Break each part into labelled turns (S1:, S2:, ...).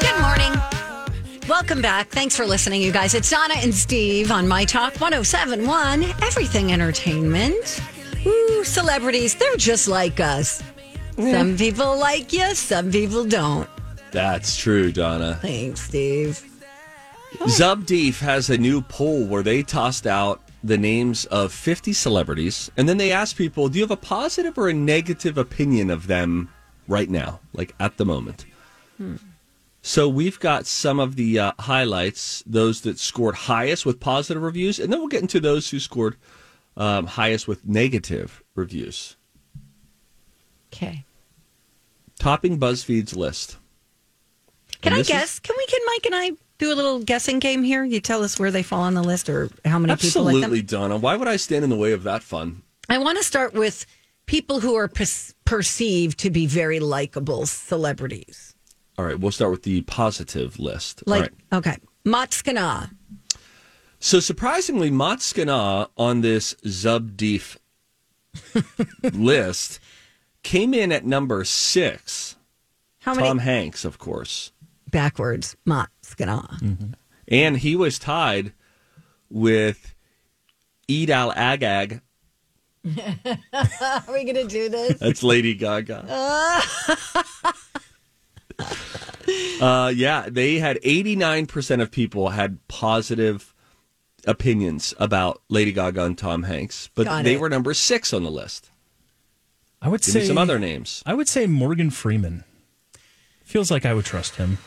S1: Good morning. Welcome back. Thanks for listening, you guys. It's Donna and Steve on My Talk 1071, Everything Entertainment. Ooh, celebrities, they're just like us. Some people like you, some people don't.
S2: That's true, Donna.
S1: Thanks, Steve.
S2: Zubdeef has a new poll where they tossed out the names of 50 celebrities, and then they asked people, do you have a positive or a negative opinion of them right now, like at the moment?
S1: Hmm.
S2: So we've got some of the uh, highlights, those that scored highest with positive reviews, and then we'll get into those who scored um, highest with negative reviews.
S1: Okay.
S2: Topping BuzzFeed's list.
S1: Can
S2: And
S1: I
S2: this is-
S1: guess? Can we, can Mike and I do a little guessing game here? You tell us where they fall on the list or how many people like
S2: Absolutely,
S1: them.
S2: Donna. Why would I stand in the way of that fun?
S1: I want to start with people who are per- perceived to be very likable celebrities.
S2: All right, we'll start with the positive list. All
S1: Like,
S2: right.
S1: okay, Matskana.
S2: So surprisingly, Matskana on this Zubdeef list came in at number six.
S1: How many?
S2: Tom Hanks, of course.
S1: backwards. Matskana.
S2: And he was tied with Eid al Agag.
S1: Are we going to do this?
S2: That's Lady Gaga. uh, yeah, they had 89% of people had positive opinions about Lady Gaga and Tom Hanks, but
S1: Got
S2: they
S1: it.
S2: were number six on the list.
S3: I would
S2: Give
S3: say
S2: me some other names.
S3: I would say Morgan Freeman. Feels like I would trust him.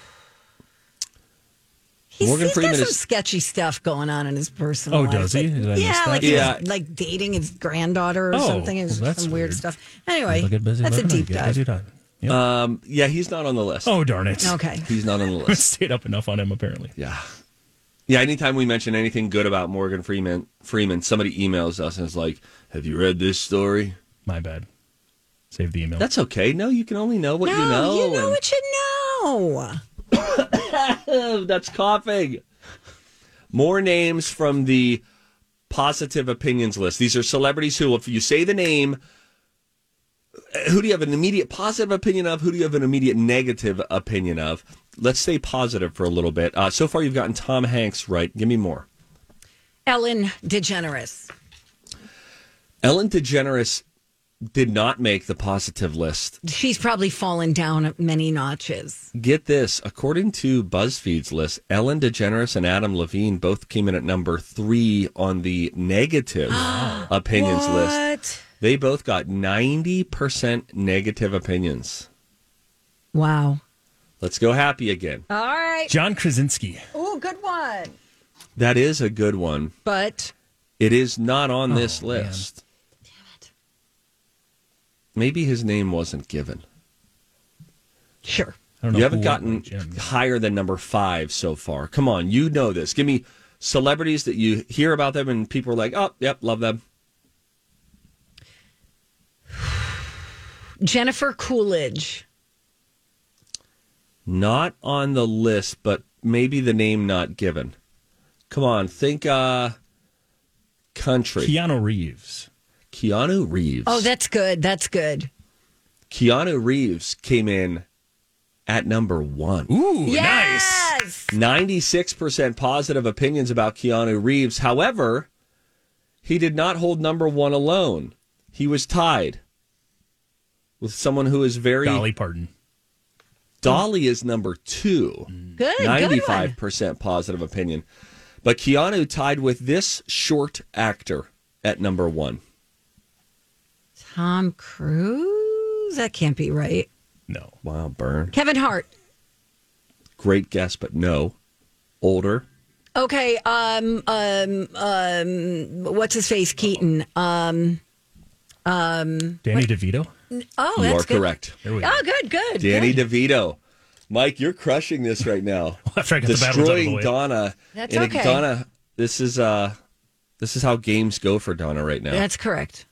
S1: He's,
S2: Morgan
S1: he's
S2: Freeman
S1: got some
S2: is-
S1: sketchy stuff going on in his personal
S3: Oh,
S1: life.
S3: does he? Did I miss
S1: yeah,
S3: that?
S1: like he
S2: Yeah.
S1: was, like dating his granddaughter or
S3: Oh,
S1: something. It was
S3: well, that's
S1: some weird,
S3: weird.
S1: stuff. Anyway,
S3: Look at busy
S1: that's a
S3: living, I
S1: deep
S3: get
S1: dive.
S3: busy time. Yep.
S2: Um, yeah, he's not on the list.
S3: oh darn it!
S1: Okay.
S2: He's not on the
S3: I
S2: list.
S3: stayed up enough on him apparently.
S2: Yeah. Yeah, anytime we mention anything good about Morgan Freeman, Freeman, somebody emails us and is like, "Have you read this story?"
S3: My bad. Save the email.
S2: That's okay. No, you can only know what
S1: no,
S2: you know.
S1: you know
S2: and-
S1: what you know.
S2: Oh, that's coughing. More names from the positive opinions list. These are celebrities who, if you say the name, who do you have an immediate positive opinion of? Who do you have an immediate negative opinion of? Let's stay positive for a little bit. Uh, so far, you've gotten Tom Hanks right. Give me more.
S1: Ellen DeGeneres.
S2: Ellen DeGeneres did not make the positive list.
S1: She's probably fallen down many notches.
S2: Get this, according to BuzzFeed's list, Ellen DeGeneres and Adam Levine both came in at number three on the negative opinions list.
S1: What?
S2: They both got 90% negative opinions.
S1: Wow.
S2: Let's go happy again.
S1: All right.
S3: John Krasinski.
S1: Oh, good one.
S2: That is a good one.
S1: But
S2: It is not on this list. Maybe his name wasn't given.
S1: sure.
S3: I don't know.
S2: You haven't
S3: who
S2: gotten
S3: went with Jim.
S2: higher than number five so far. Come on, you know this. Give me celebrities that you hear about them and people are like, oh, yep, love them.
S1: Jennifer Coolidge.
S2: Not on the list, but maybe the name not given. Come on, think uh country.
S3: Keanu Reeves.
S2: Keanu Reeves.
S1: Oh, that's good. That's good.
S2: Keanu Reeves came in at number one.
S3: Ooh,
S1: yes.
S2: 96% positive opinions about Keanu Reeves. However, he did not hold number one alone. He was tied with someone who is very.
S3: nice. Dolly Parton.
S2: Dolly is number two.
S1: Good, good one.
S2: 95% positive opinion. But Keanu tied with this short actor at number one.
S1: Tom Cruise? That can't be right.
S3: No.
S2: Wow, Burn.
S1: Kevin Hart.
S2: Great guess, but no. Older.
S1: Okay, um um um what's his face? Keaton. Um
S3: Danny DeVito?
S1: oh
S2: you
S1: that's
S2: are
S1: good.
S2: correct.
S3: There we go.
S1: Oh good, good.
S2: Danny
S1: good.
S2: DeVito. Mike, you're crushing this right now.
S3: After I got the battles out of the
S2: Destroying
S3: way.
S2: Donna.
S1: That's
S2: And
S1: okay.
S2: Donna, this is uh this is how games go for Donna right now.
S1: That's correct.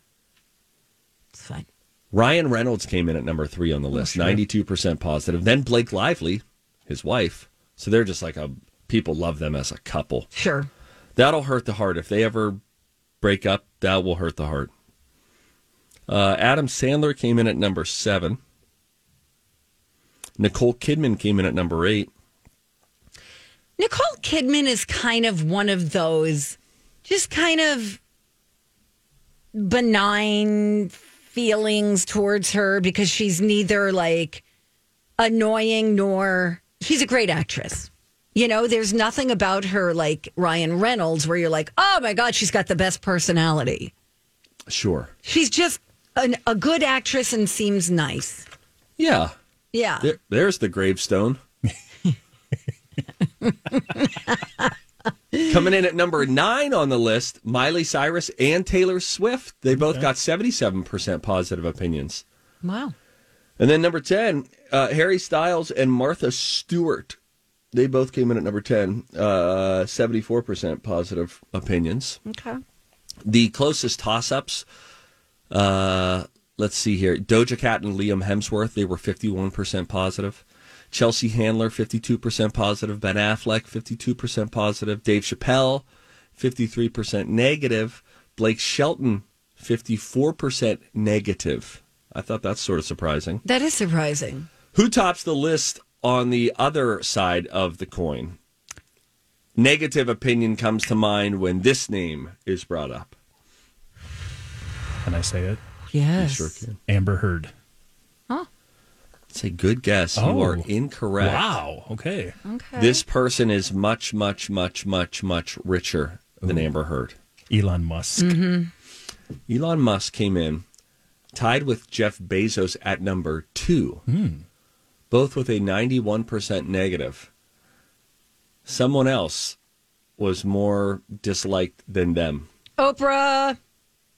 S1: It's fine.
S2: Ryan Reynolds came in at number three
S1: Oh,
S2: on the list, ninety-two percent positive. Then Blake Lively, his wife. So they're just like a people love them as a couple.
S1: Sure.
S2: That'll hurt the heart if they ever break up. That will hurt the heart. Uh, Adam Sandler came in at number seven. Nicole Kidman came in at number eight.
S1: Nicole Kidman is kind of one of those just kind of benign feelings towards her because she's neither like annoying nor she's a great actress. You know, there's nothing about her like Ryan Reynolds where you're like, oh my God, she's got the best personality.
S2: Sure.
S1: She's just an, a good actress and seems nice.
S2: Yeah.
S1: Yeah.
S2: There, there's the gravestone. Coming in at number nine on the list, Miley Cyrus and Taylor Swift. They both got 77% positive opinions.
S1: Wow.
S2: And then number 10, uh, Harry Styles and Martha Stewart. They both came in at number 10, uh, 74% positive opinions.
S1: Okay.
S2: The closest toss ups, uh, let's see here Doja Cat and Liam Hemsworth, they were 51% positive. Chelsea Handler, 52% positive. Ben Affleck, 52% positive. Dave Chappelle, 53% negative. Blake Shelton, 54% negative. I thought that's sort of surprising.
S1: That is surprising.
S2: Who tops the list on the other side of the coin? Negative opinion comes to mind when this name is brought up.
S3: Can I say it?
S1: Yes.
S3: Amber Heard.
S2: It's a good guess. You are
S3: Oh.
S2: incorrect.
S3: Wow. Okay.
S1: Okay.
S2: This person is much, much, much, much, much richer than Amber Heard.
S3: Elon Musk.
S1: Mm-hmm.
S2: Elon Musk came in tied with Jeff Bezos at number two, both with a 91% negative. Someone else was more disliked than them.
S1: Oprah.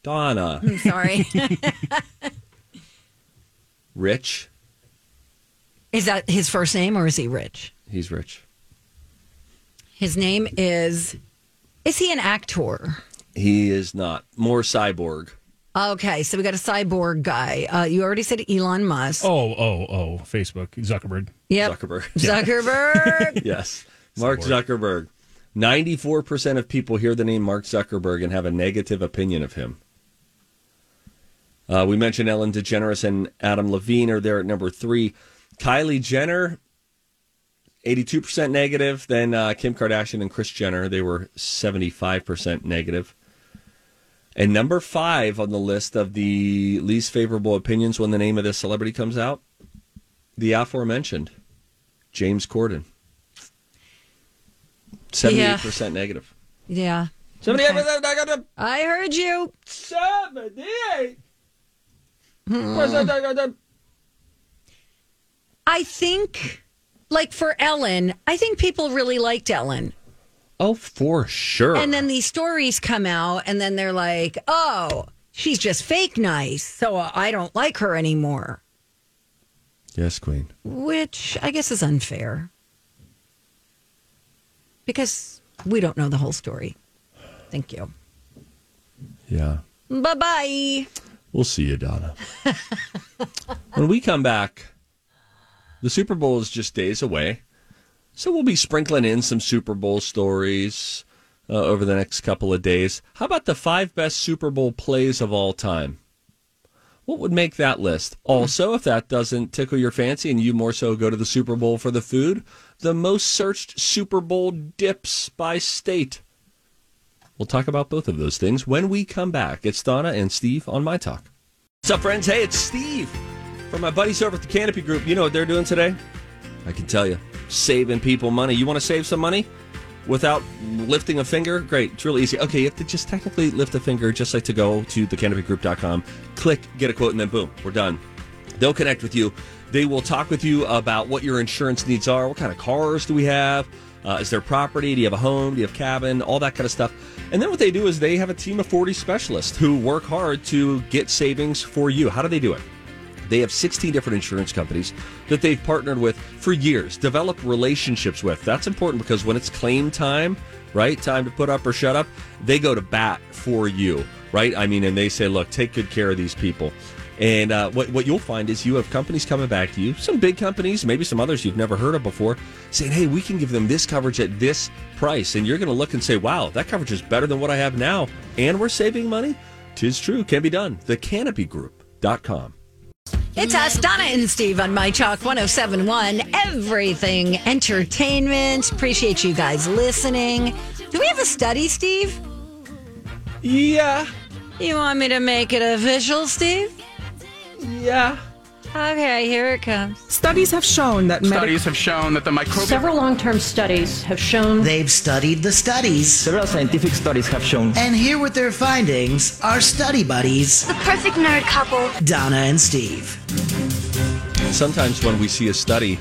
S2: Donna.
S1: I'm sorry.
S2: Rich.
S1: Is that his first name or is he rich?
S2: He's rich.
S1: His name is. Is he an actor?
S2: He is not. More cyborg.
S1: Okay, so we got a cyborg guy. Uh, you already said Elon Musk.
S3: Oh, oh, oh. Facebook. Zuckerberg.
S1: yep.
S2: Zuckerberg.
S1: Zuckerberg.
S2: Yes. Mark Zuckerberg. 94% of people hear the name Mark Zuckerberg and have a negative opinion of him. Uh, we mentioned Ellen DeGeneres and Adam Levine are there at number three. Kylie Jenner, 82% negative. Then uh, Kim Kardashian and Chris Jenner, they were 75% negative. And number five on the list of the least favorable opinions when the name of this celebrity comes out, the aforementioned James Corden. 78% negative.
S1: yeah,
S2: 78% negative.
S1: I heard you.
S2: 78%
S1: Hmm.
S2: negative.
S1: I think, like for Ellen, I think people really liked Ellen.
S2: Oh, for sure.
S1: And then these stories come out, and then they're like, oh, she's just fake nice. So uh, I don't like her anymore,
S2: yes, Queen.
S1: which I guess is unfair because we don't know the whole story. Thank you.
S2: Yeah.
S1: Bye bye.
S2: We'll see you, Donna. when we come back, the Super Bowl is just days away. So we'll be sprinkling in some Super Bowl stories uh, over the next couple of days. How about the five best Super Bowl plays of all time? What would make that list? Also, if that doesn't tickle your fancy and you more so go to the Super Bowl for the food, the most searched Super Bowl dips by state. We'll talk about both of those things when we come back. It's Donna and Steve on My Talk. What's up, friends? Hey, it's Steve from my buddies over at the Canopy Group. You know what they're doing today? I can tell you, saving people money. You want to save some money without lifting a finger? Great, it's really easy. Okay, you have to just technically lift a finger, just like to go to thecanopygroup.com, click, get a quote, and then boom, we're done. They'll connect with you. They will talk with you about what your insurance needs are. What kind of cars do we have? Uh, is there property? Do you have a home? Do you have cabin? All that kind of stuff. And then what they do is they have a team of 40 specialists who work hard to get savings for you. How do they do it? They have 16 different insurance companies that they've partnered with for years, develop relationships with. That's important because when it's claim time, right? Time to put up or shut up, they go to bat for you, right? I mean, and they say, look, take good care of these people. And uh, what, what you'll find is you have companies coming back to you, some big companies, maybe some others you've never heard of before, saying, hey, we can give them this coverage at this price. And you're going to look and say, wow, that coverage is better than what I have now. And we're saving money? Tis true, can be done. Thecanopygroup.com.
S1: It's us, Donna and Steve on My oh Talk 1071, everything entertainment. Appreciate you guys listening. Do we have a study, Steve?
S2: Yeah,
S1: You want me to make it official, Steve?
S2: yeah.
S1: Okay, here it comes.
S4: Studies have shown that medical
S5: Studies have shown that the microbial
S6: Several long term studies have shown
S7: They've studied the studies.
S8: Several scientific studies have shown
S7: And here with their findings are study buddies,
S9: The perfect nerd couple.
S7: Donna and Steve.
S2: Sometimes when we see a study,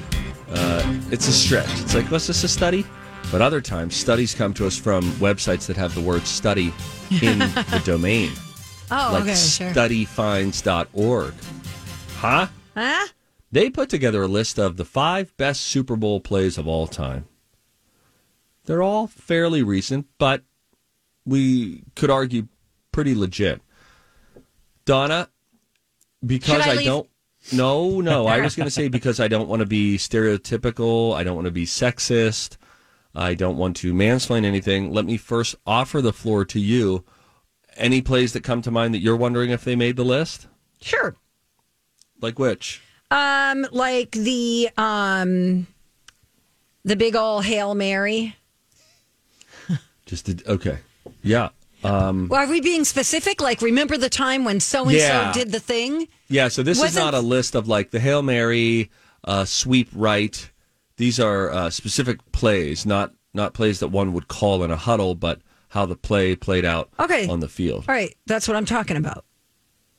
S2: uh, it's a stretch. It's like, was this a study? But other times, studies come to us from websites that have the word study in the domain,
S1: Oh,
S2: like
S1: okay, sure.
S2: studyfinds.org. Huh?
S1: huh?
S2: They put together a list of the five best Super Bowl plays of all time. They're all fairly recent, but we could argue pretty legit. Donna, because
S1: Should I
S2: I,
S1: leave?
S2: don't. No, no. I was going to say because I don't want to be stereotypical. I don't want to be sexist. I don't want to mansplain anything. Let me first offer the floor to you. Any plays that come to mind that you're wondering if they made the list?
S1: Sure.
S2: Like which?
S1: Um, like the um the big old Hail Mary.
S2: Just did, okay. Yeah.
S1: Well, are we being specific? Like remember the time when so and so
S2: Yeah.
S1: did the thing?
S2: Yeah, so this
S1: Wasn't-
S2: is not a list of like the Hail Mary, uh, sweep right. These are uh, specific plays, not not plays that one would call in a huddle, but how the play played out
S1: Okay.
S2: on the field.
S1: All right, that's what I'm talking about.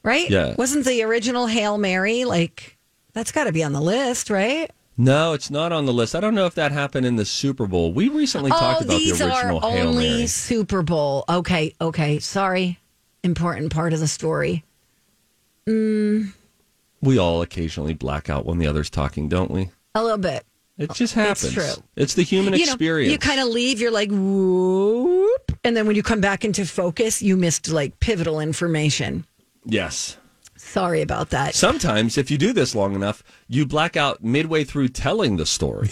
S1: Right?
S2: Yeah.
S1: Wasn't the original Hail Mary like that's got to be on the list, right?
S2: No, it's not on the list. I don't know if that happened in the Super Bowl. We recently talked
S1: Oh,
S2: about
S1: these
S2: the
S1: are
S2: original Hail
S1: only
S2: Mary.
S1: Super Bowl. Okay, okay. Sorry. Important part of the story.
S2: We all occasionally black out when the other's talking, don't we?
S1: A little bit.
S2: It just happens.
S1: true.
S2: It's the human
S1: you
S2: experience.
S1: Know, you kind of leave, you're like, whoop. And then when you come back into focus, you missed like pivotal information.
S2: yes.
S1: Sorry about that.
S2: Sometimes, if you do this long enough, you black out midway through telling the story.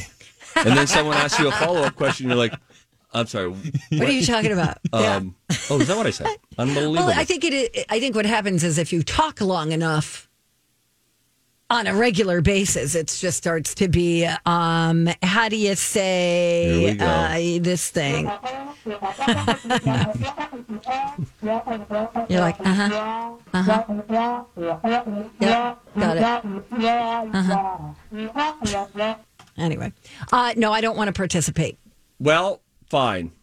S2: And then someone asks you a follow up question. You're like, I'm sorry.
S1: what are you talking about? yeah.
S2: Um, Oh, is that what I said? Unbelievable.
S1: Well, I think it. is- I think what happens is if you talk long enough on a regular basis, it just starts to be. Um, how do you
S2: Here
S1: say
S2: we go.
S1: uh, this thing? You're like, uh huh, uh huh, yep, got it. Uh-huh. Anyway, uh, no, I don't want to participate.
S2: Well, fine.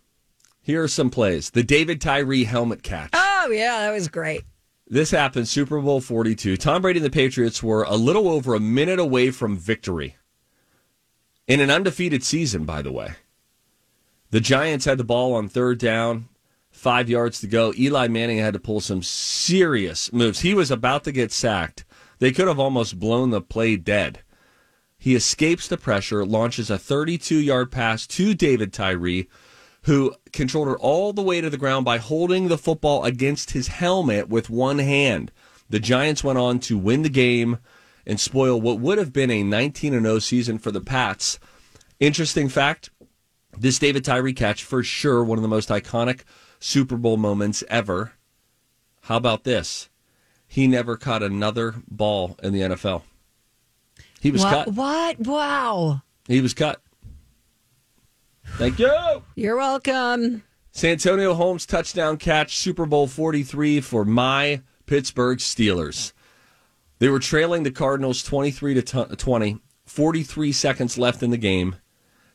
S2: Here are some plays the David Tyree helmet catch.
S1: Oh yeah, that was great.
S2: This happened Super Bowl 42. Tom Brady and the Patriots were a little over a minute away from victory in an undefeated season, by the way. The Giants had the ball on third down, five yards to go. Eli Manning had to pull some serious moves. He was about to get sacked. They could have almost blown the play dead. He escapes the pressure, launches a 32 yard pass to David Tyree, who controlled her all the way to the ground by holding the football against his helmet with one hand. The Giants went on to win the game and spoil what would have been a 19 0 season for the Pats. Interesting fact this David Tyree catch, for sure, one of the most iconic Super Bowl moments ever. How about this? He never caught another ball in the NFL. He was
S1: What?
S2: cut.
S1: What? Wow.
S2: He was cut. Thank you.
S1: You're welcome.
S2: Santonio Holmes touchdown catch, Super Bowl 43 for my Pittsburgh Steelers. They were trailing the Cardinals 23 to t- 20, 43 seconds left in the game.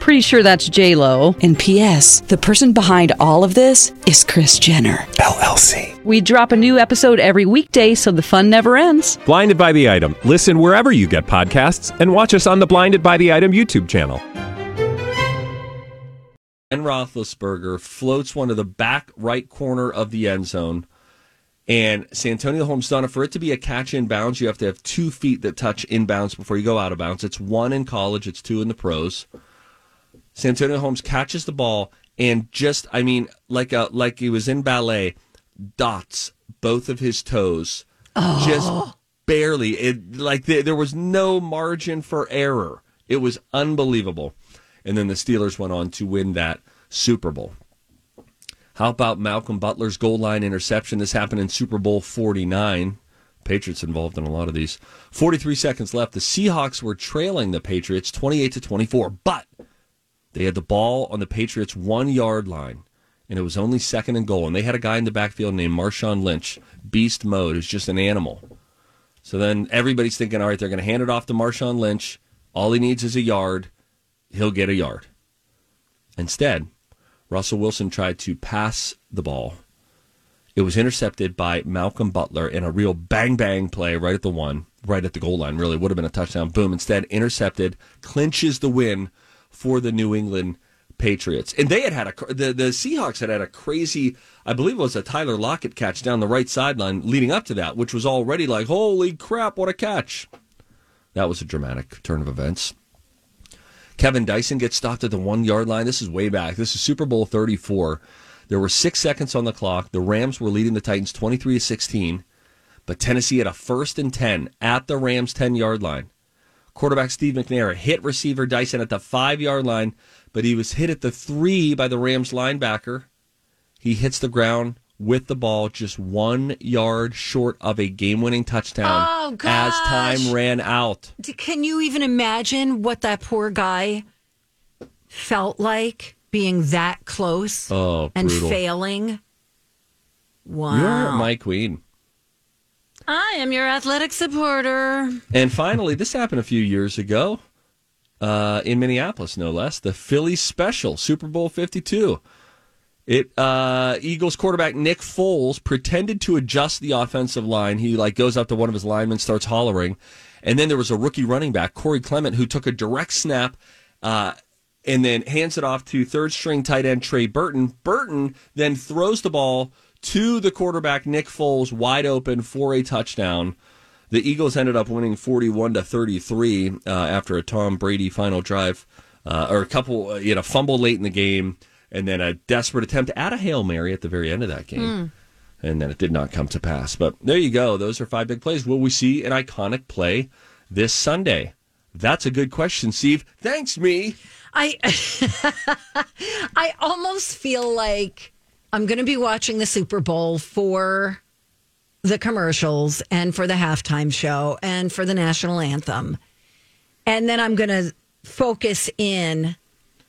S5: Pretty sure that's J Lo.
S9: And P.S. The person behind all of this is Chris Jenner
S4: LLC.
S5: We drop a new episode every weekday, so the fun never ends.
S4: Blinded by the item. Listen wherever you get podcasts, and watch us on the Blinded by the Item YouTube channel.
S2: Ben Roethlisberger floats one to the back right corner of the end zone, and Santonio Holmes done it. For it to be a catch in bounds, you have to have two feet that touch inbounds before you go out of bounds. It's one in college, it's two in the pros. Santonio Holmes catches the ball and just, I mean, like a like he was in ballet, dots both of his toes, just barely. It like there there was no margin for error. It was unbelievable. And then the Steelers went on to win that Super Bowl. How about Malcolm Butler's goal line interception? This happened in Super Bowl 49. Patriots involved in a lot of these. 43 seconds left. The Seahawks were trailing the Patriots 28 to 24, but they had the ball on the Patriots' one yard line, and it was only second and goal. And they had a guy in the backfield named Marshawn Lynch, beast mode, who's just an animal. So then everybody's thinking, all right, they're going to hand it off to Marshawn Lynch. All he needs is a yard. He'll get a yard. Instead, Russell Wilson tried to pass the ball. It was intercepted by Malcolm Butler in a real bang bang play right at the one, right at the goal line, really. Would have been a touchdown. Boom. Instead, intercepted, clinches the win for the New England Patriots. And they had had a cr- the the Seahawks had had a crazy, I believe it was a Tyler Lockett catch down the right sideline leading up to that, which was already like holy crap, what a catch. That was a dramatic turn of events. Kevin Dyson gets stopped at the 1-yard line. This is way back. This is Super Bowl 34. There were 6 seconds on the clock. The Rams were leading the Titans 23 to 16, but Tennessee had a first and 10 at the Rams 10-yard line quarterback Steve McNair hit receiver Dyson at the five yard line, but he was hit at the three by the Rams linebacker. He hits the ground with the ball just one yard short of a game winning touchdown
S1: Oh,
S2: as
S1: gosh.
S2: time ran out.
S1: D- Can you even imagine what that poor guy felt like being that close
S2: Oh,
S1: and
S2: brutal.
S1: failing? Wow.
S2: You're my queen.
S1: I am your athletic supporter.
S2: And finally, this happened a few years ago uh, in Minneapolis, no less. The Philly Special, Super Bowl 52. It uh, Eagles quarterback Nick Foles pretended to adjust the offensive line. He like goes up to one of his linemen, starts hollering, and then there was a rookie running back Corey Clement who took a direct snap, uh, and then hands it off to third string tight end Trey Burton. Burton then throws the ball to the quarterback Nick Foles wide open for a touchdown. The Eagles ended up winning 41 to 33 uh, after a Tom Brady final drive, uh, or a couple, uh, you know, fumble late in the game, and then a desperate attempt at a Hail Mary at the very end of that game. And then it did not come to pass. But there you go. Those are five big plays. Will we see an iconic play this Sunday? That's a good question, Steve. Thanks, me.
S1: I I almost feel like I'm going to be watching the Super Bowl for the commercials and for the halftime show and for the national anthem. And then I'm going to focus in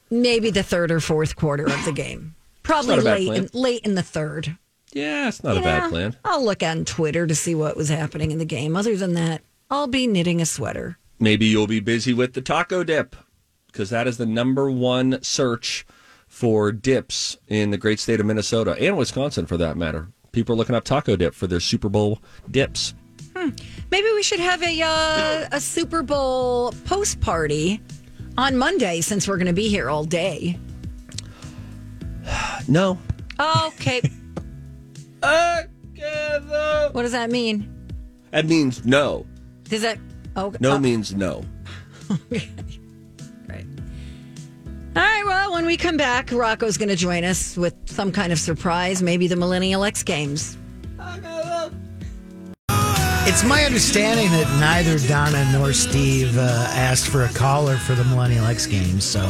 S1: maybe the third or fourth quarter of the game. Probably
S2: It's not a bad
S1: late
S2: plan.
S1: in, late in the third.
S2: Yeah, it's not a
S1: Yeah,
S2: bad plan.
S1: I'll look on Twitter to see what was happening in the game. Other than that, I'll be knitting a sweater.
S2: Maybe you'll be busy with the taco dip because that is the number one search for dips in the great state of Minnesota and Wisconsin for that matter. People are looking up taco dip for their Super Bowl dips.
S1: Maybe we should have a uh, a Super Bowl post party on Monday since we're going to be here all day.
S2: No.
S1: Okay, what does that mean?
S2: That means no.
S1: Does that? Oh,
S2: No
S1: oh,
S2: means no.
S1: right. All right. Well, when we come back, Rocco's going to join us with some kind of surprise. Maybe the Millennial X Games.
S7: It's my understanding that neither Donna nor Steve uh, asked for a caller for the Millennial X Games, so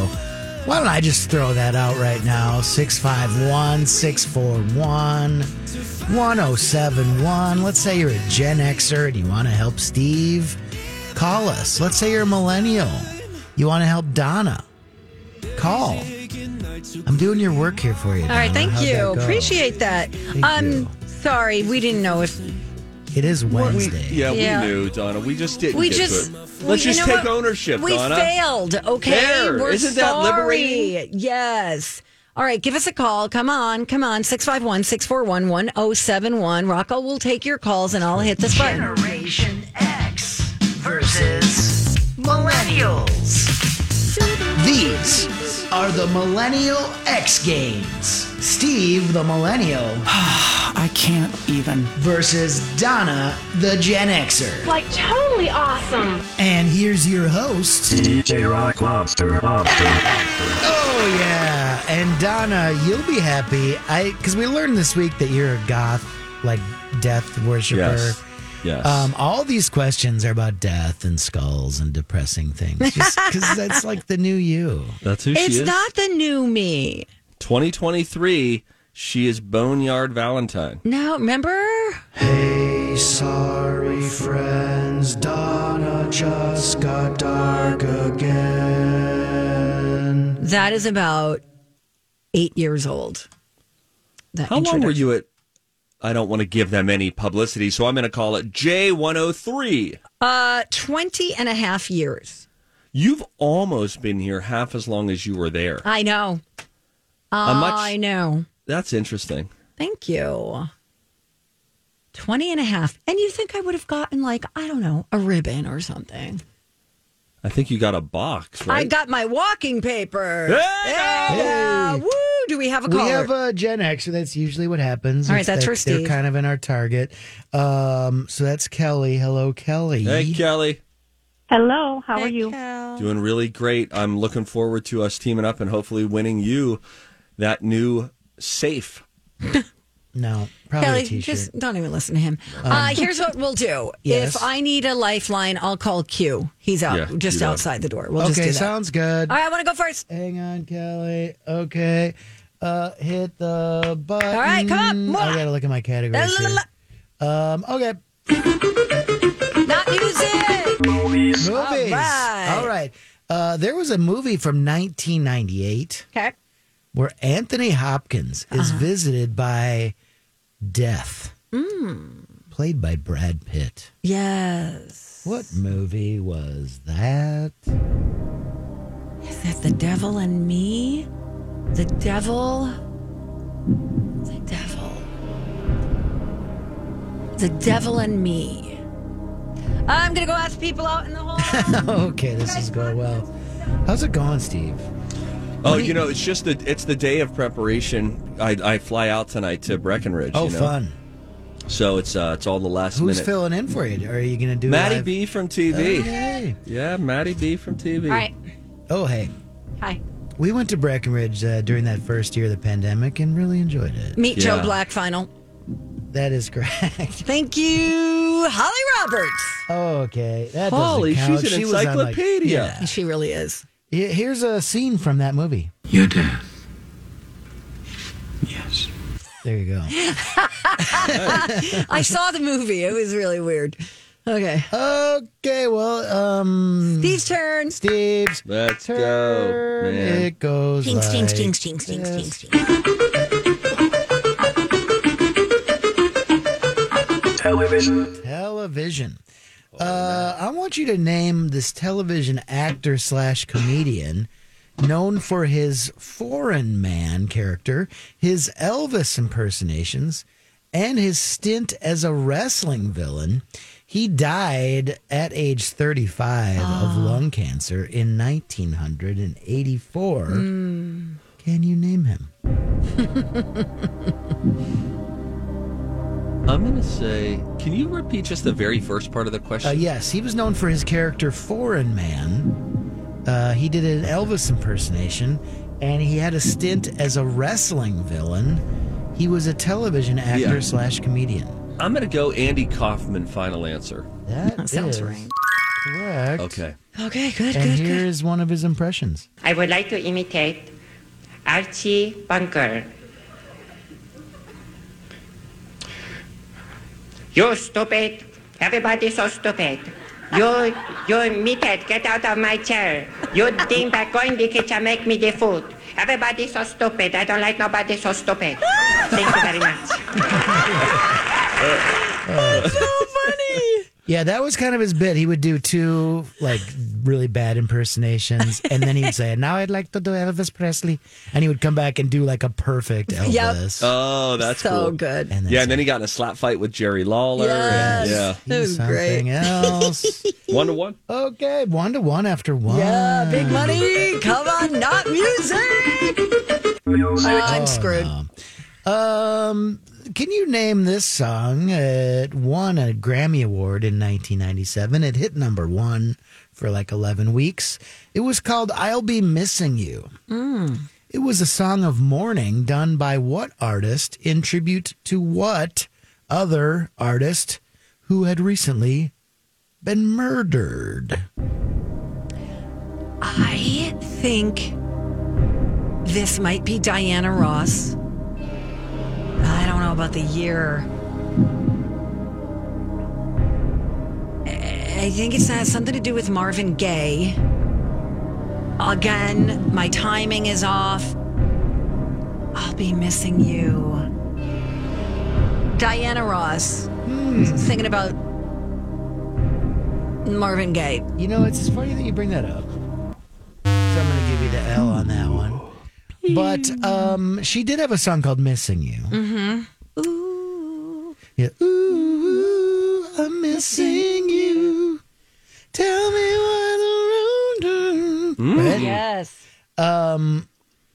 S7: why don't I just throw that out right now? 651 641 1071. Let's say you're a Gen Xer and you want to help Steve. Call us. Let's say you're a millennial. You want to help Donna. Call. I'm doing your work here for you.
S1: All right,
S7: Donna.
S1: thank
S7: How'd
S1: you.
S7: that go?
S1: Appreciate that. um, sorry, we didn't know if
S7: It is Wednesday.
S2: Yeah,
S1: Yeah.
S2: we knew, Donna. We just didn't.
S1: we
S2: get
S1: just.
S2: to it.
S1: we-
S2: Let's
S1: you
S2: just
S1: know
S2: take
S1: what?
S2: ownership,
S1: We
S2: Donna.
S1: failed. Okay,
S2: There.
S1: we're
S2: Isn't that
S1: sorry.
S2: liberating?
S1: Yes. All right, give us a call. Come on, come on. 651 641 1071. Rocco will take your calls and I'll hit this button.
S7: Generation X versus Millennials. These are the Millennial X Games. Steve, the Millennial. I can't even. Versus Donna, the Gen Xer.
S6: Like, totally awesome.
S7: And here's your host,
S10: DJ Rock Lobster Lobster.
S7: Oh yeah, and Donna, you'll be happy. I because we learned this week that you're a goth, like death worshiper.
S2: Yes. Yes.
S7: Um, all these questions are about death and skulls and depressing things, just because that's like the new you.
S2: That's who
S1: It's
S2: she is.
S1: not the new me.
S2: 2023. She is Boneyard Valentine.
S1: No, remember?
S7: Hey, sorry friends, Donna just got dark again.
S1: That is about eight years old. That
S2: How long were
S1: introduction.
S2: you at? I don't want to give them any publicity, so I'm going to call it J103.
S1: Uh, 20 and a half years.
S2: You've almost been here half as long as you were there.
S1: I know.
S2: A much-
S1: Ah, I know.
S2: That's interesting.
S1: Thank you. 20 and a half. And you think I would have gotten, like, I don't know, a ribbon or something.
S2: I think you got a box, right?
S1: I got my walking paper.
S2: Hey!
S1: Yeah. Woo! Do we have a caller?
S7: We have a Gen Xer. That's usually what happens.
S1: All right,
S7: It's
S1: that's
S7: that
S1: for Steve.
S7: They're kind of in our target. Um, so that's Kelly. Hello, Kelly.
S2: Hey, Kelly.
S11: Hello, how are you?
S1: Uh,
S2: Doing really great. I'm looking forward to us teaming up and hopefully winning you that new safe.
S7: No, probably
S1: Kelly,
S7: a t-shirt.
S1: just don't even listen to him.
S7: Um,
S1: uh, here's what we'll do.
S7: Yes.
S1: If I need a lifeline, I'll call Q. He's out,
S7: Yeah,
S1: just
S7: do that.
S1: outside the door. We'll
S7: okay,
S1: just do that.
S7: sounds good.
S1: All right, I want to go first.
S7: Hang on, Kelly. Okay, uh, hit the button.
S1: All right, come on.
S7: Mm, I gotta look at my categories.
S1: La, la,
S7: here. Um, okay,
S1: Not music.
S7: movies.
S1: All right.
S7: All right. Uh, there was a movie from 1998
S1: Okay.
S7: where Anthony Hopkins is visited by death,
S1: Mm.
S7: played by Brad Pitt.
S1: Yes.
S7: What movie was that?
S1: Is that the devil and me? The devil. The devil. The devil and me. I'm gonna go ask people out in the hall.
S7: okay, this is going well. How's it going, Steve?
S2: Oh, you know, it's just the it's the day of preparation. I, I fly out tonight to Breckenridge.
S7: Oh,
S2: you know?
S7: fun.
S2: So it's uh, it's all the last
S7: Who's
S2: minute.
S7: filling in for you? Are you going to do
S2: Maddie
S7: live?
S2: B from TV.
S7: Oh, hey.
S2: Yeah, Maddie B from TV.
S1: All right.
S7: Oh, hey.
S1: Hi.
S7: We went to Breckenridge uh, during that first year of the pandemic and really enjoyed it.
S1: Meet Joe Black final.
S7: That is correct.
S1: Thank you, Holly Roberts.
S7: Oh, okay. That doesn't
S1: Holly, she's
S7: count.
S1: an
S7: She was on, like-
S2: encyclopedia.
S7: Yeah.
S1: She really is.
S7: Here- Here's a scene from that movie.
S10: You're dead.
S7: There you go.
S1: I saw the movie. It was really weird. Okay.
S7: Okay, well, um
S1: Steve's turn.
S7: Steve's
S2: Let's
S7: turn.
S2: go, man.
S7: It goes
S1: Jinx,
S7: like
S1: jinx, jinx, jinx, jinx, jinx, jinx.
S10: Television.
S7: Television. Uh, I want you to name this television actor slash comedian known for his foreign man character, his Elvis impersonations, and his stint as a wrestling villain. He died at age 35 of lung cancer in 1984. Can you name him?
S2: I'm gonna say, can you repeat just the very first part of the question?
S7: Uh, yes, he was known for his character Foreign Man. Uh, he did an Elvis impersonation, and he had a stint as a wrestling villain. He was a television actor
S2: Yeah.
S7: slash comedian.
S2: I'm gonna go Andy Kaufman. Final answer.
S7: That,
S1: sounds
S7: is
S1: right.
S7: Correct.
S2: Okay.
S1: Okay, good,
S7: and
S1: good,
S7: here
S1: good.
S7: is one of his impressions.
S12: I would like to imitate Archie Bunker. You stupid. Everybody's so stupid. You, you meathead, get out of my chair. You dingbat, go in the kitchen, make me the food. Everybody so stupid. I don't like nobody so stupid. Thank you very much.
S7: Yeah, that was kind of his bit. He would do two like really bad impersonations, and then he'd say, "Now I'd like to do Elvis Presley," and he would come back and do like a perfect Elvis.
S2: Oh, that's
S1: So
S2: cool.
S1: good.
S7: And
S2: yeah, and then he got in a slap fight with Jerry Lawler.
S1: Yes.
S2: and- yeah.
S1: That was great.
S7: Something else.
S2: One to one.
S7: Okay, one to one after one.
S1: Yeah, big money. Come on, not music. Oh, I'm screwed.
S7: Um, can you name this song? It won a Grammy Award in 1997. It hit number one for like 11 weeks. It was called I'll Be Missing You. It was a song of mourning done by what artist in tribute to what other artist who had recently been murdered?
S1: I think this might be Diana Ross. I don't know about the year. I I think it's has something to do with Marvin Gaye. Again, my timing is off. I'll be missing you. Diana Ross. Thinking about Marvin Gaye.
S7: You know, it's funny that you bring that up. So I'm going to give you the L on that one. But um, she did have a song called "Missing You."
S1: Mm-hmm.
S7: Yeah. Ooh, I'm missing you. Tell me what around her. Right?
S1: Yes.
S7: Um,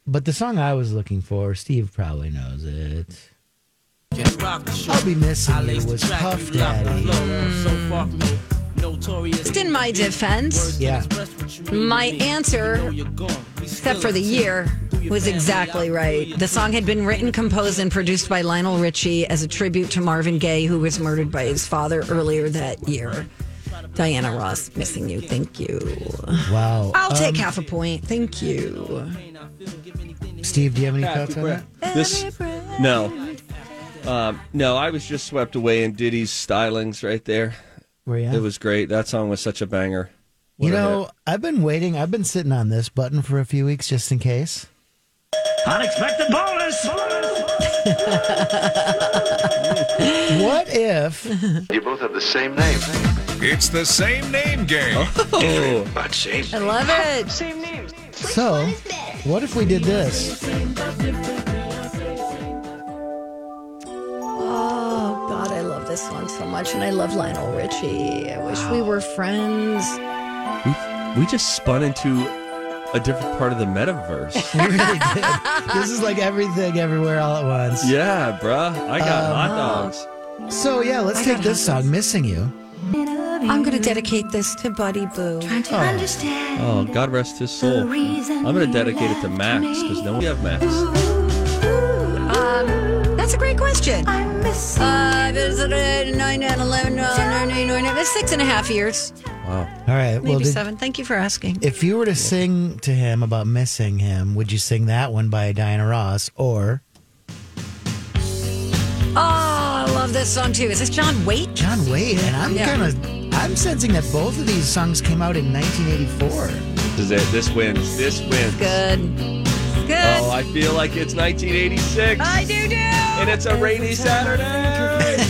S7: but the song I was looking for, Steve probably knows it. I'll be missing you was Puff Daddy.
S1: Just in my defense,
S7: Yeah.
S1: my answer, except for the year, was exactly right. The song had been written, composed, and produced by Lionel Richie as a tribute to Marvin Gaye, who was murdered by his father earlier that year. Diana Ross, missing you. Thank you.
S7: Wow.
S1: I'll
S7: Um,
S1: take half a point. Thank you.
S7: Steve, do you have any thoughts on that?
S2: This
S1: Oh,
S2: no, um, no. I was just swept away in Diddy's stylings right there.
S7: Were ya?
S2: It was great. That song was such a banger.
S7: You know, I've been waiting. I've been sitting on this button for a few weeks just in case.
S10: Unexpected bonus.
S7: What if
S13: You both have the same name. It's the same name game. Oh. But same.
S1: I love it. Same
S13: name.
S7: So, what if we did this?
S1: Oh, God, I love this song so much. And I love Lionel Richie. I wish we were friends.
S2: We, we just spun into a different part of the metaverse.
S7: We really did.
S1: Uh,
S7: This is like everything, everywhere, all at once.
S2: yeah, bruh. I got
S7: Um,
S2: hot dogs.
S7: So, yeah, let's take this song, Missing You.
S1: I'm going to dedicate this to Buddy Boo.
S2: Oh, God rest his soul. I'm going to dedicate it to Max because no one we have Max.
S1: Um, that's a great question. Uh, visited 9, 10, 11, 12, 13, 14, That's six and a half years.
S2: Wow.
S7: All right.
S1: Maybe
S7: Well, did-
S1: seven. Thank you for asking.
S7: if you were to sing to him about missing him, would you sing that one by Diana Ross or
S1: Oh, I love this song too. Is this John Waite?
S7: John Wade? And I'm
S1: Yeah.
S7: kind of, I'm sensing that both of these songs came out in 1984.
S2: This is it. This wins. This wins.
S1: Good. Good.
S2: Oh, I feel like it's 1986.
S1: I do do.
S2: And it's a rainy Saturday.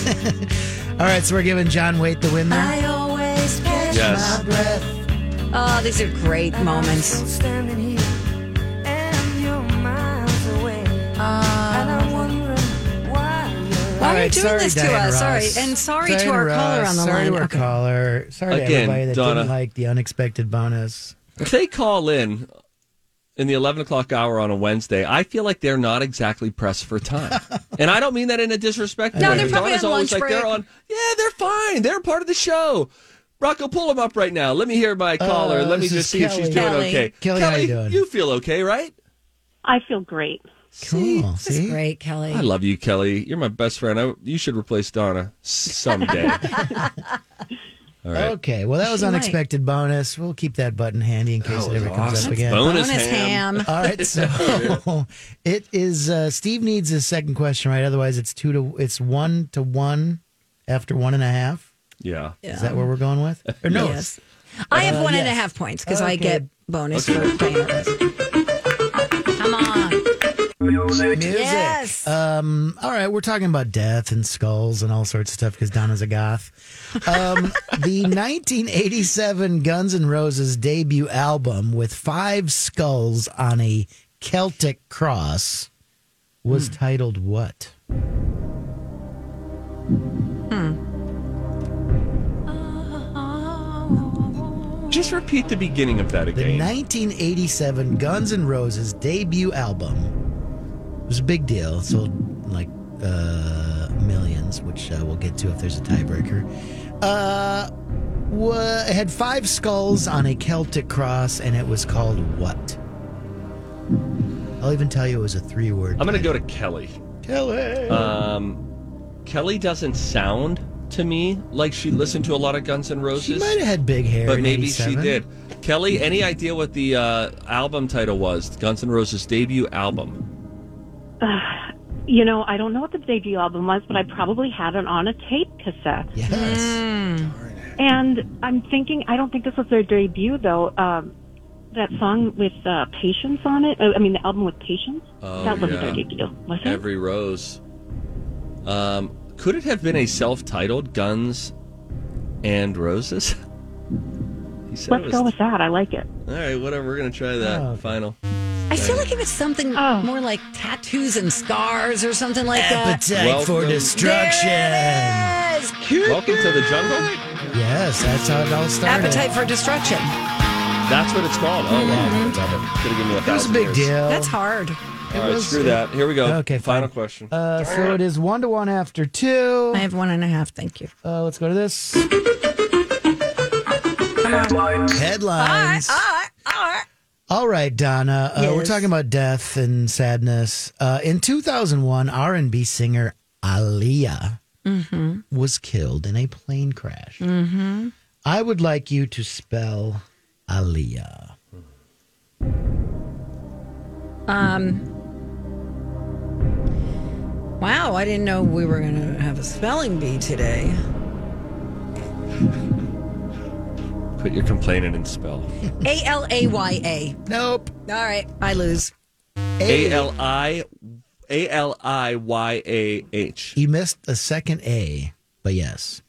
S7: All right, so we're giving John Wade the win there.
S1: I always catch
S2: Yes.
S1: my breath. Oh, these are great moments.
S14: Standing here, and you're miles away. and I'm wondering why you're
S1: Why are you
S7: All right,
S1: doing
S7: sorry,
S1: this to
S7: Diana
S1: us? Sorry.
S7: Ross.
S1: And sorry to
S7: Diana
S1: our
S7: Ross,
S1: caller on the
S7: Sorry to
S1: line.
S7: our
S1: Okay.
S7: caller. Sorry to
S2: Again,
S7: everybody that
S2: Donna.
S7: didn't like the unexpected bonus.
S2: if they call in in the 11 o'clock hour on a Wednesday, I feel like they're not exactly pressed for time. and I don't mean that in a disrespectful
S1: No,
S2: way.
S1: they're
S2: but
S1: probably
S2: Donna's
S1: on
S2: always
S1: lunch
S2: like, they're
S1: break.
S2: on, yeah, they're fine. They're part of the show. Rocco, pull them up right now. Let me hear my caller. Let me
S7: Uh, this
S2: just
S7: is
S2: see if she's
S7: Kelly.
S2: doing
S7: Kelly.
S2: okay.
S7: Kelly, how you doing?
S2: feel okay, right?
S11: I feel great.
S7: Cool.
S1: This is great, Kelly.
S2: I love you, Kelly. You're my best friend. I, you should replace Donna s- someday. All right.
S7: Okay, well, that was
S1: She might.
S7: unexpected bonus. We'll keep that button handy in case it
S2: was
S7: ever comes
S2: awesome.
S7: up again.
S2: Bonus
S1: Bonus ham.
S7: All right, so it is. Uh, Steve needs a second question, right? Otherwise, it's two to it's one to one after one and a half.
S2: Yeah.
S7: Is that where we're going with? Or no?
S1: Yes. I have
S7: Uh,
S1: one and a half
S7: yes.
S1: points because I
S7: Okay.
S1: get bonus.
S7: Okay.
S1: for playing with us. Come on.
S7: Music.
S1: Yes.
S7: Um, all right, we're talking about death and skulls and all sorts of stuff because Donna's a goth. Um, the 1987 Guns N' Roses debut album with five skulls on a Celtic cross was titled what?
S2: Just repeat the beginning of that
S7: The
S2: again.
S7: 1987 Guns N' Roses debut album was a big deal. It sold like uh, millions, which uh, we'll get to if there's a tiebreaker. Uh, wa- it had five skulls on a Celtic cross, and it was called what? I'll even tell you it was a three word.
S2: I'm going to go to Uh, Kelly.
S7: Kelly.
S2: Um, Kelly doesn't sound to me like she listened to a lot of Guns N' Roses.
S7: She might have had big hair.
S2: But
S7: in
S2: maybe
S7: 87.
S2: she did. Kelly, any idea what the uh, album title was? Guns N' Roses' debut album.
S11: You know, I don't know what the debut album was, but I probably had it on a tape cassette.
S7: Mm-hmm. Yes.
S1: Mm.
S11: And I'm thinking, I don't think this was their debut though. Um, that song with uh, Patience on it. uh, I mean, the album with Patience.
S2: Oh,
S11: that wasn't
S2: yeah.
S11: their debut, was it?
S2: Every Rose. Um, could it have been a self-titled Guns and Roses? He said
S11: Let's
S2: it was-
S11: go with that. I like it.
S2: All right, whatever. We're gonna try that
S11: Oh.
S2: final.
S1: I feel like if it's something more like tattoos and scars or something like
S7: Appetite
S2: Welcome.
S7: for
S2: There it
S7: destruction.
S1: that. Yes.
S2: Welcome to the jungle.
S7: Yes, that's how it all started.
S1: Appetite for destruction.
S2: That's what it's called. Oh wow! Could have given me a
S7: It was a
S2: thousand
S7: big
S2: years.
S7: deal.
S1: That's hard.
S2: All right,
S7: was-
S2: screw that. Here we go.
S7: Okay,
S2: final question.
S7: Uh, so it is one to one after two.
S1: I have one and a half. Thank you.
S7: Uh, let's go to this. Headlines. All right, Donna. Uh, We're
S1: Yes.
S7: talking about death and sadness. Uh, in 2001, R&B singer Aaliyah
S14: Mm-hmm.
S7: was killed in a plane crash.
S14: Mm-hmm.
S7: I would like you to spell Aaliyah.
S1: Um. Wow, I didn't know we were going to have a spelling bee today.
S2: Put your complainant in spell.
S1: A L A Y A.
S7: Nope.
S1: All right, I lose.
S2: A L I A L I Y A H.
S7: You missed a second A, but yes.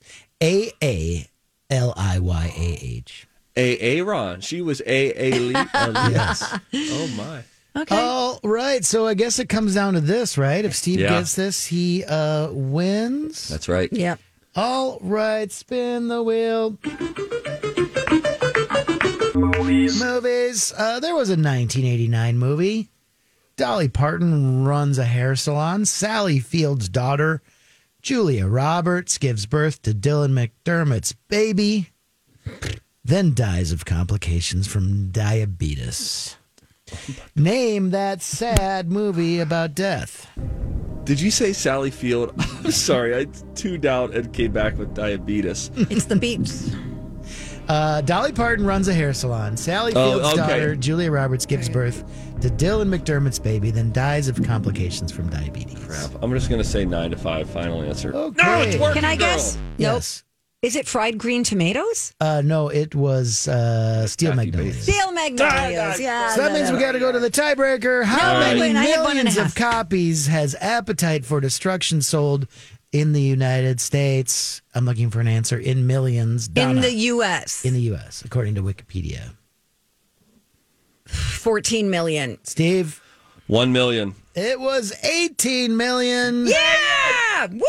S7: A A L I Y A H.
S2: A A Ron. She was A A Lee.
S7: Yes.
S2: Oh my.
S7: All right. So I guess it comes down to this, right? If Steve
S2: Yeah.
S7: gets this, he uh, wins.
S2: That's right.
S1: Yep.
S7: All right, spin the wheel. Movies. Uh, there was a 1989 movie. Dolly Parton runs a hair salon. Sally Field's daughter, Julia Roberts, gives birth to Dylan McDermott's baby, then dies of complications from diabetes. Name that sad movie about death.
S2: Did you say Sally Field? I'm sorry, I tuned out and came back with diabetes.
S1: It's the beeps.
S7: Uh, Dolly Parton runs a hair salon. Sally
S2: Oh,
S7: Field's
S2: okay.
S7: daughter, Julia Roberts, gives birth to Dylan McDermott's baby, then dies of complications from diabetes.
S2: Crap. I'm just gonna say nine to five. Final answer.
S7: Okay.
S1: Can I guess? Nope.
S7: Yes.
S1: Is it fried green tomatoes?
S7: Uh, no, it was uh, Steel Magnolias.
S1: Steel magnolias. Yeah.
S7: So that
S1: no,
S7: means
S1: no,
S7: we got to go to the tiebreaker. How
S1: All right.
S7: many
S1: Wait, I had one and a
S7: millions of
S1: half.
S7: copies has Appetite for Destruction sold in the United States? I'm looking for an answer in millions.
S1: no.
S7: Donna.
S1: In the U.S.,
S7: in the U.S. according to Wikipedia.
S1: 14 million.
S7: Steve,
S2: One million.
S7: it was 18 million.
S1: Yeah! Woo!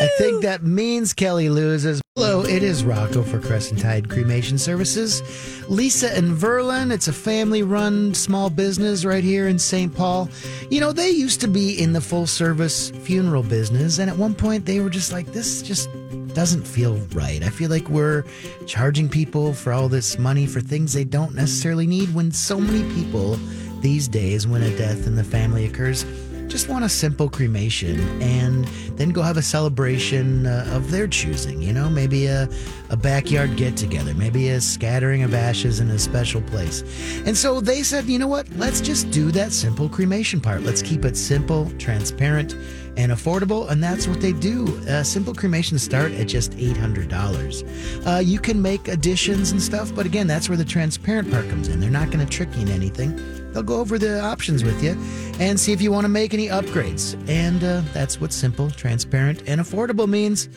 S7: I think that means Kelly loses. Hello, it is Rocco for Crescent Tide Cremation Services. Lisa and Verlin, it's a family run small business right here in St. Paul. You know, they used to be in the full service funeral business, and at one point they were just like, this just doesn't feel right. I feel like we're charging people for all this money for things they don't necessarily need when so many people these days, when a death in the family occurs, just want a simple cremation and then go have a celebration uh, of their choosing. You know, maybe a, a backyard get together, maybe a scattering of ashes in a special place. And so they said, you know what? Let's just do that simple cremation part. Let's keep it simple, transparent, and affordable. And that's what they do. Uh, simple cremations start at just $800. Uh, you can make additions and stuff, but again, that's where the transparent part comes in. They're not going to trick you in anything. They'll go over the options with you and see if you want to make any upgrades. And uh, that's what simple, transparent, and affordable means.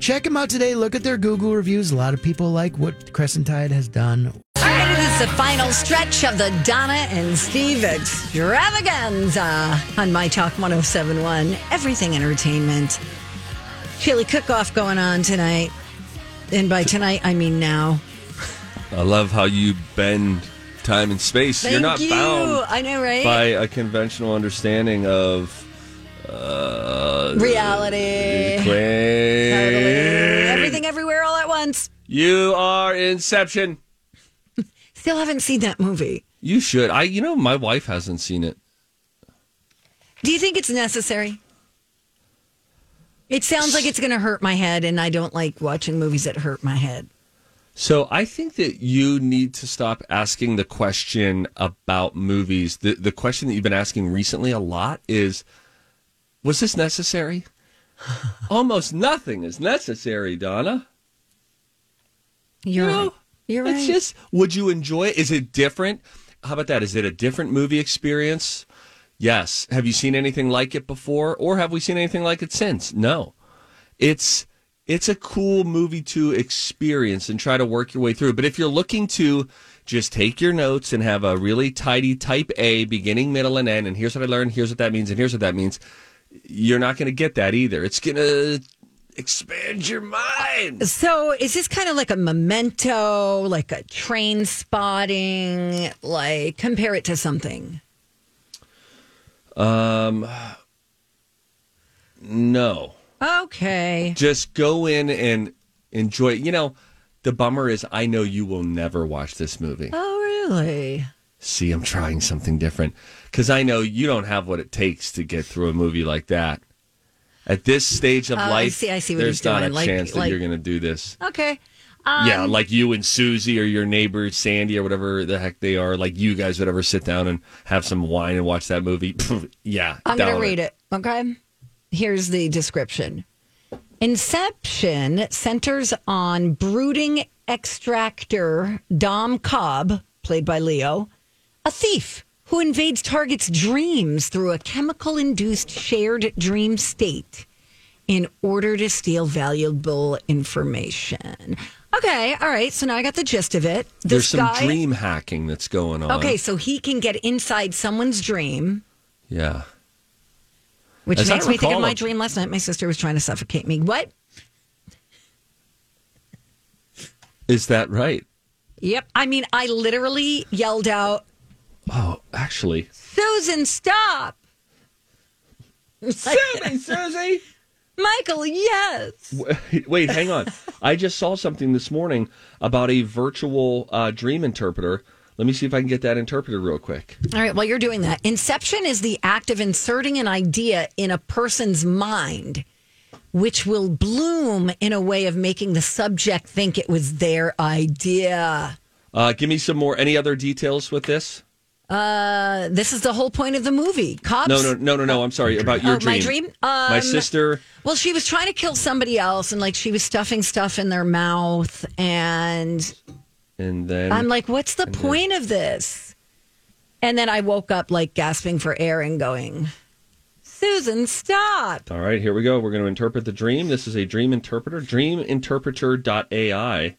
S7: Check them out today. Look at their Google reviews. A lot of people like what Crescent Tide has done.
S1: All right, it is the final stretch of the Donna and Steve extravaganza on My Talk 1071, Everything Entertainment. Chili cook off going on tonight. And by tonight, I mean now.
S2: I love how you bend time and space. You're
S1: Thank
S2: not
S1: you.
S2: bound
S1: I know, right?
S2: by a conventional understanding of uh,
S1: Reality.
S2: Quinn.
S1: Everything, everywhere, all at once.
S2: You are Inception.
S1: Still haven't seen that movie.
S2: You should. I. You know, my wife hasn't seen it.
S1: Do you think it's necessary? It sounds like it's going to hurt my head, and I don't like watching movies that hurt my head.
S2: So I think that you need to stop asking the question about movies. The the question that you've been asking recently a lot is was this necessary? Almost nothing is necessary, Donna.
S1: You're
S2: No.
S1: right. You're right.
S2: It's just would you enjoy it? Is it different? How about that? Is it a different movie experience? Yes. Have you seen anything like it before or have we seen anything like it since? No. It's it's a cool movie to experience and try to work your way through. But if you're looking to just take your notes and have a really tidy type A beginning, middle and end and here's what I learned, here's what that means and here's what that means, you're not going to get that either. It's going to expand your mind.
S1: So is this kind of like a memento, like a train spotting, like compare it to something?
S2: Um no.
S1: Okay.
S2: Just go in and enjoy. it. You know, the bummer is I know you will never watch this movie.
S1: Oh, really?
S2: See, I'm trying something different because I know you don't have what it takes to get through a movie like that. At this stage of
S1: Oh, I
S2: life,
S1: see- I see what
S2: there's
S1: he's doing.
S2: not a
S1: Like-
S2: chance that
S1: like-
S2: you're going to do this.
S1: Okay. Um,
S2: yeah, like you and Susie or your neighbor Sandy or whatever the heck they are, like you guys would ever sit down and have some wine and watch that movie. yeah,
S1: I'm going to
S2: doubt
S1: read it. Okay. Here's the description Inception centers on brooding extractor Dom Cobb, played by Leo, a thief who invades Target's dreams through a chemical induced shared dream state in order to steal valuable information. Okay. All right. So now I got the gist of it. This
S2: There's some
S1: guy.
S2: dream hacking that's going on.
S1: Okay, so he can get inside someone's dream.
S2: Yeah.
S1: Which
S2: As I
S1: makes me think
S2: recall,
S1: of my
S2: a-
S1: dream last night. My sister was trying to suffocate me. What?
S2: Is that right?
S1: Yep. I mean, I literally yelled out,
S2: Oh, actually,
S1: Susan, stop. Susan,
S2: Susie.
S1: Michael, yes.
S2: Wait, wait, hang on. I just saw something this morning about a virtual uh, dream interpreter. Let me see if I can get that interpreter real quick.
S1: All right, while you're doing that, inception is the act of inserting an idea in a person's mind, which will bloom in a way of making the subject think it was their idea.
S2: Uh, give me some more. Any other details with this?
S1: Uh, this is the whole point of the movie. Cops.
S2: No, no, no, no, no. I'm sorry about your
S1: Oh,
S2: dream.
S1: my dream?
S2: my
S1: Um,
S2: sister.
S1: Well, she was trying to kill somebody else, and like she was stuffing stuff in their mouth, and
S2: And then
S1: I'm like, "What's the point of this?" And then I woke up like gasping for air and going, "Susan, stop!"
S2: All right, here we go. We're going to interpret the dream. This is a dream interpreter, dreaminterpreter.ai.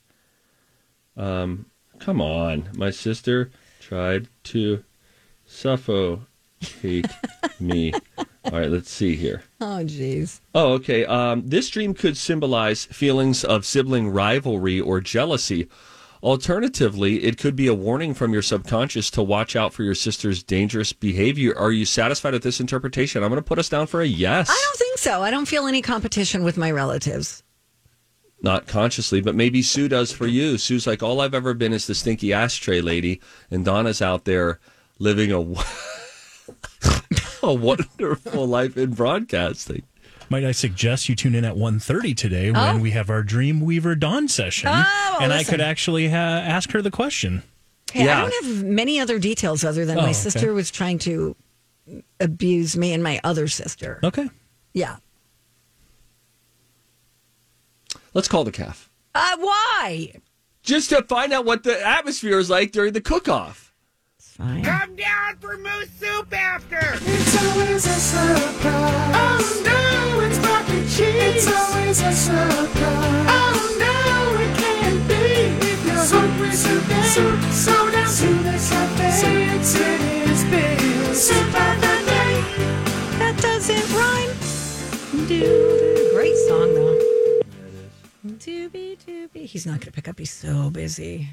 S2: Um, come on. My sister tried to suffocate me. All right, let's see here.
S1: Oh, jeez.
S2: Oh, okay. Um, this dream could symbolize feelings of sibling rivalry or jealousy. Alternatively, it could be a warning from your subconscious to watch out for your sister's dangerous behavior. Are you satisfied with this interpretation? I'm going to put us down for a yes.
S1: I don't think so. I don't feel any competition with my relatives.
S2: Not consciously, but maybe Sue does for you. Sue's like, all I've ever been is the stinky ashtray lady, and Donna's out there living a. a wonderful life in broadcasting.
S3: Might I suggest you tune in at 1.30 today when
S1: Oh.
S3: we have our Dreamweaver Dawn session,
S1: Oh,
S3: and I
S1: listen.
S3: could actually ha- ask her the question.
S1: Hey, I don't have many other details other than
S3: Oh,
S1: my
S3: okay.
S1: sister was trying to abuse me and my other sister.
S3: Okay.
S1: Yeah.
S2: Let's call the calf.
S1: Uh, why?
S2: Just to find out what the atmosphere is like during the cook off.
S14: Come down for moose soup after. It's always a surprise. Oh no, it's mac and cheese. It's always a surprise. Oh no, it can't be. If you're hungry, soup, soup, so down to the cafe. Since it is big, soup of the day.
S1: That doesn't rhyme. Dude, great song though. Doobie doobie. He's not going to pick up. He's so busy.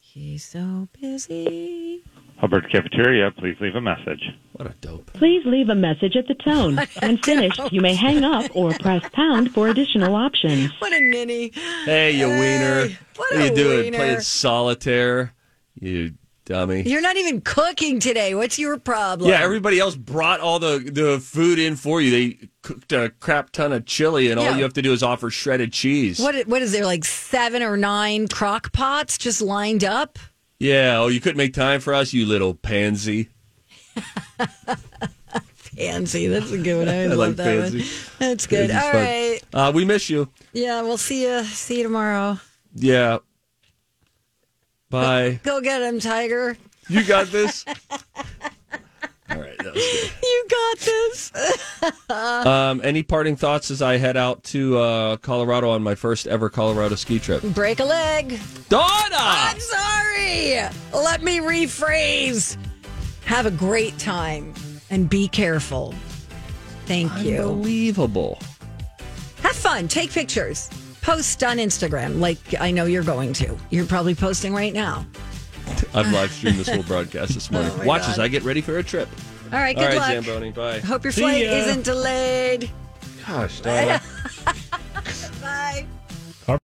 S1: He's so busy.
S15: Hubbard Cafeteria, please leave a message.
S2: What a dope.
S16: Please leave a message at the tone. When finished, you may hang up or press pound for additional options.
S1: What a ninny.
S2: Hey, you wiener.
S1: what
S2: What, are
S1: a
S2: you doing?
S1: wiener.
S2: Playing solitaire? You dummy.
S1: You're not even cooking today. What's your problem?
S2: yeah, everybody else brought all the, the food in for you. They cooked a crap ton of chili, and
S1: Yeah.
S2: all you have to do is offer shredded cheese.
S1: What what is there like seven or nine crock pots just lined up?
S2: Yeah, oh, you couldn't make time for us, you little pansy.
S1: Pansy, that's a good one. I,
S2: I
S1: love
S2: like
S1: that
S2: pansy.
S1: one. That's good.
S2: Pansy's
S1: All
S2: fun.
S1: right.
S2: Uh, we miss you.
S1: Yeah, we'll see you. See you tomorrow.
S2: Yeah. Bye.
S1: Go get him, Tiger.
S2: You got this. All right. That was good.
S1: You got this.
S2: Um, any parting thoughts as I head out to uh, Colorado on my first ever Colorado ski trip?
S1: Break a leg.
S2: Donna!
S1: I'm sorry. Let me rephrase. Have a great time and be careful. Thank you.
S2: Unbelievable.
S1: Have fun. Take pictures. Post on Instagram, like I know you're going to. You're probably posting right now.
S2: I've live streamed this whole broadcast this morning.
S1: Oh my
S2: Watch
S1: God.
S2: as I get ready for a trip.
S1: All right.
S2: All
S1: Good
S2: right,
S1: luck.
S2: Zamboni. Bye.
S1: Hope your
S2: See
S1: flight
S2: ya.
S1: isn't delayed.
S2: Gosh, Donna.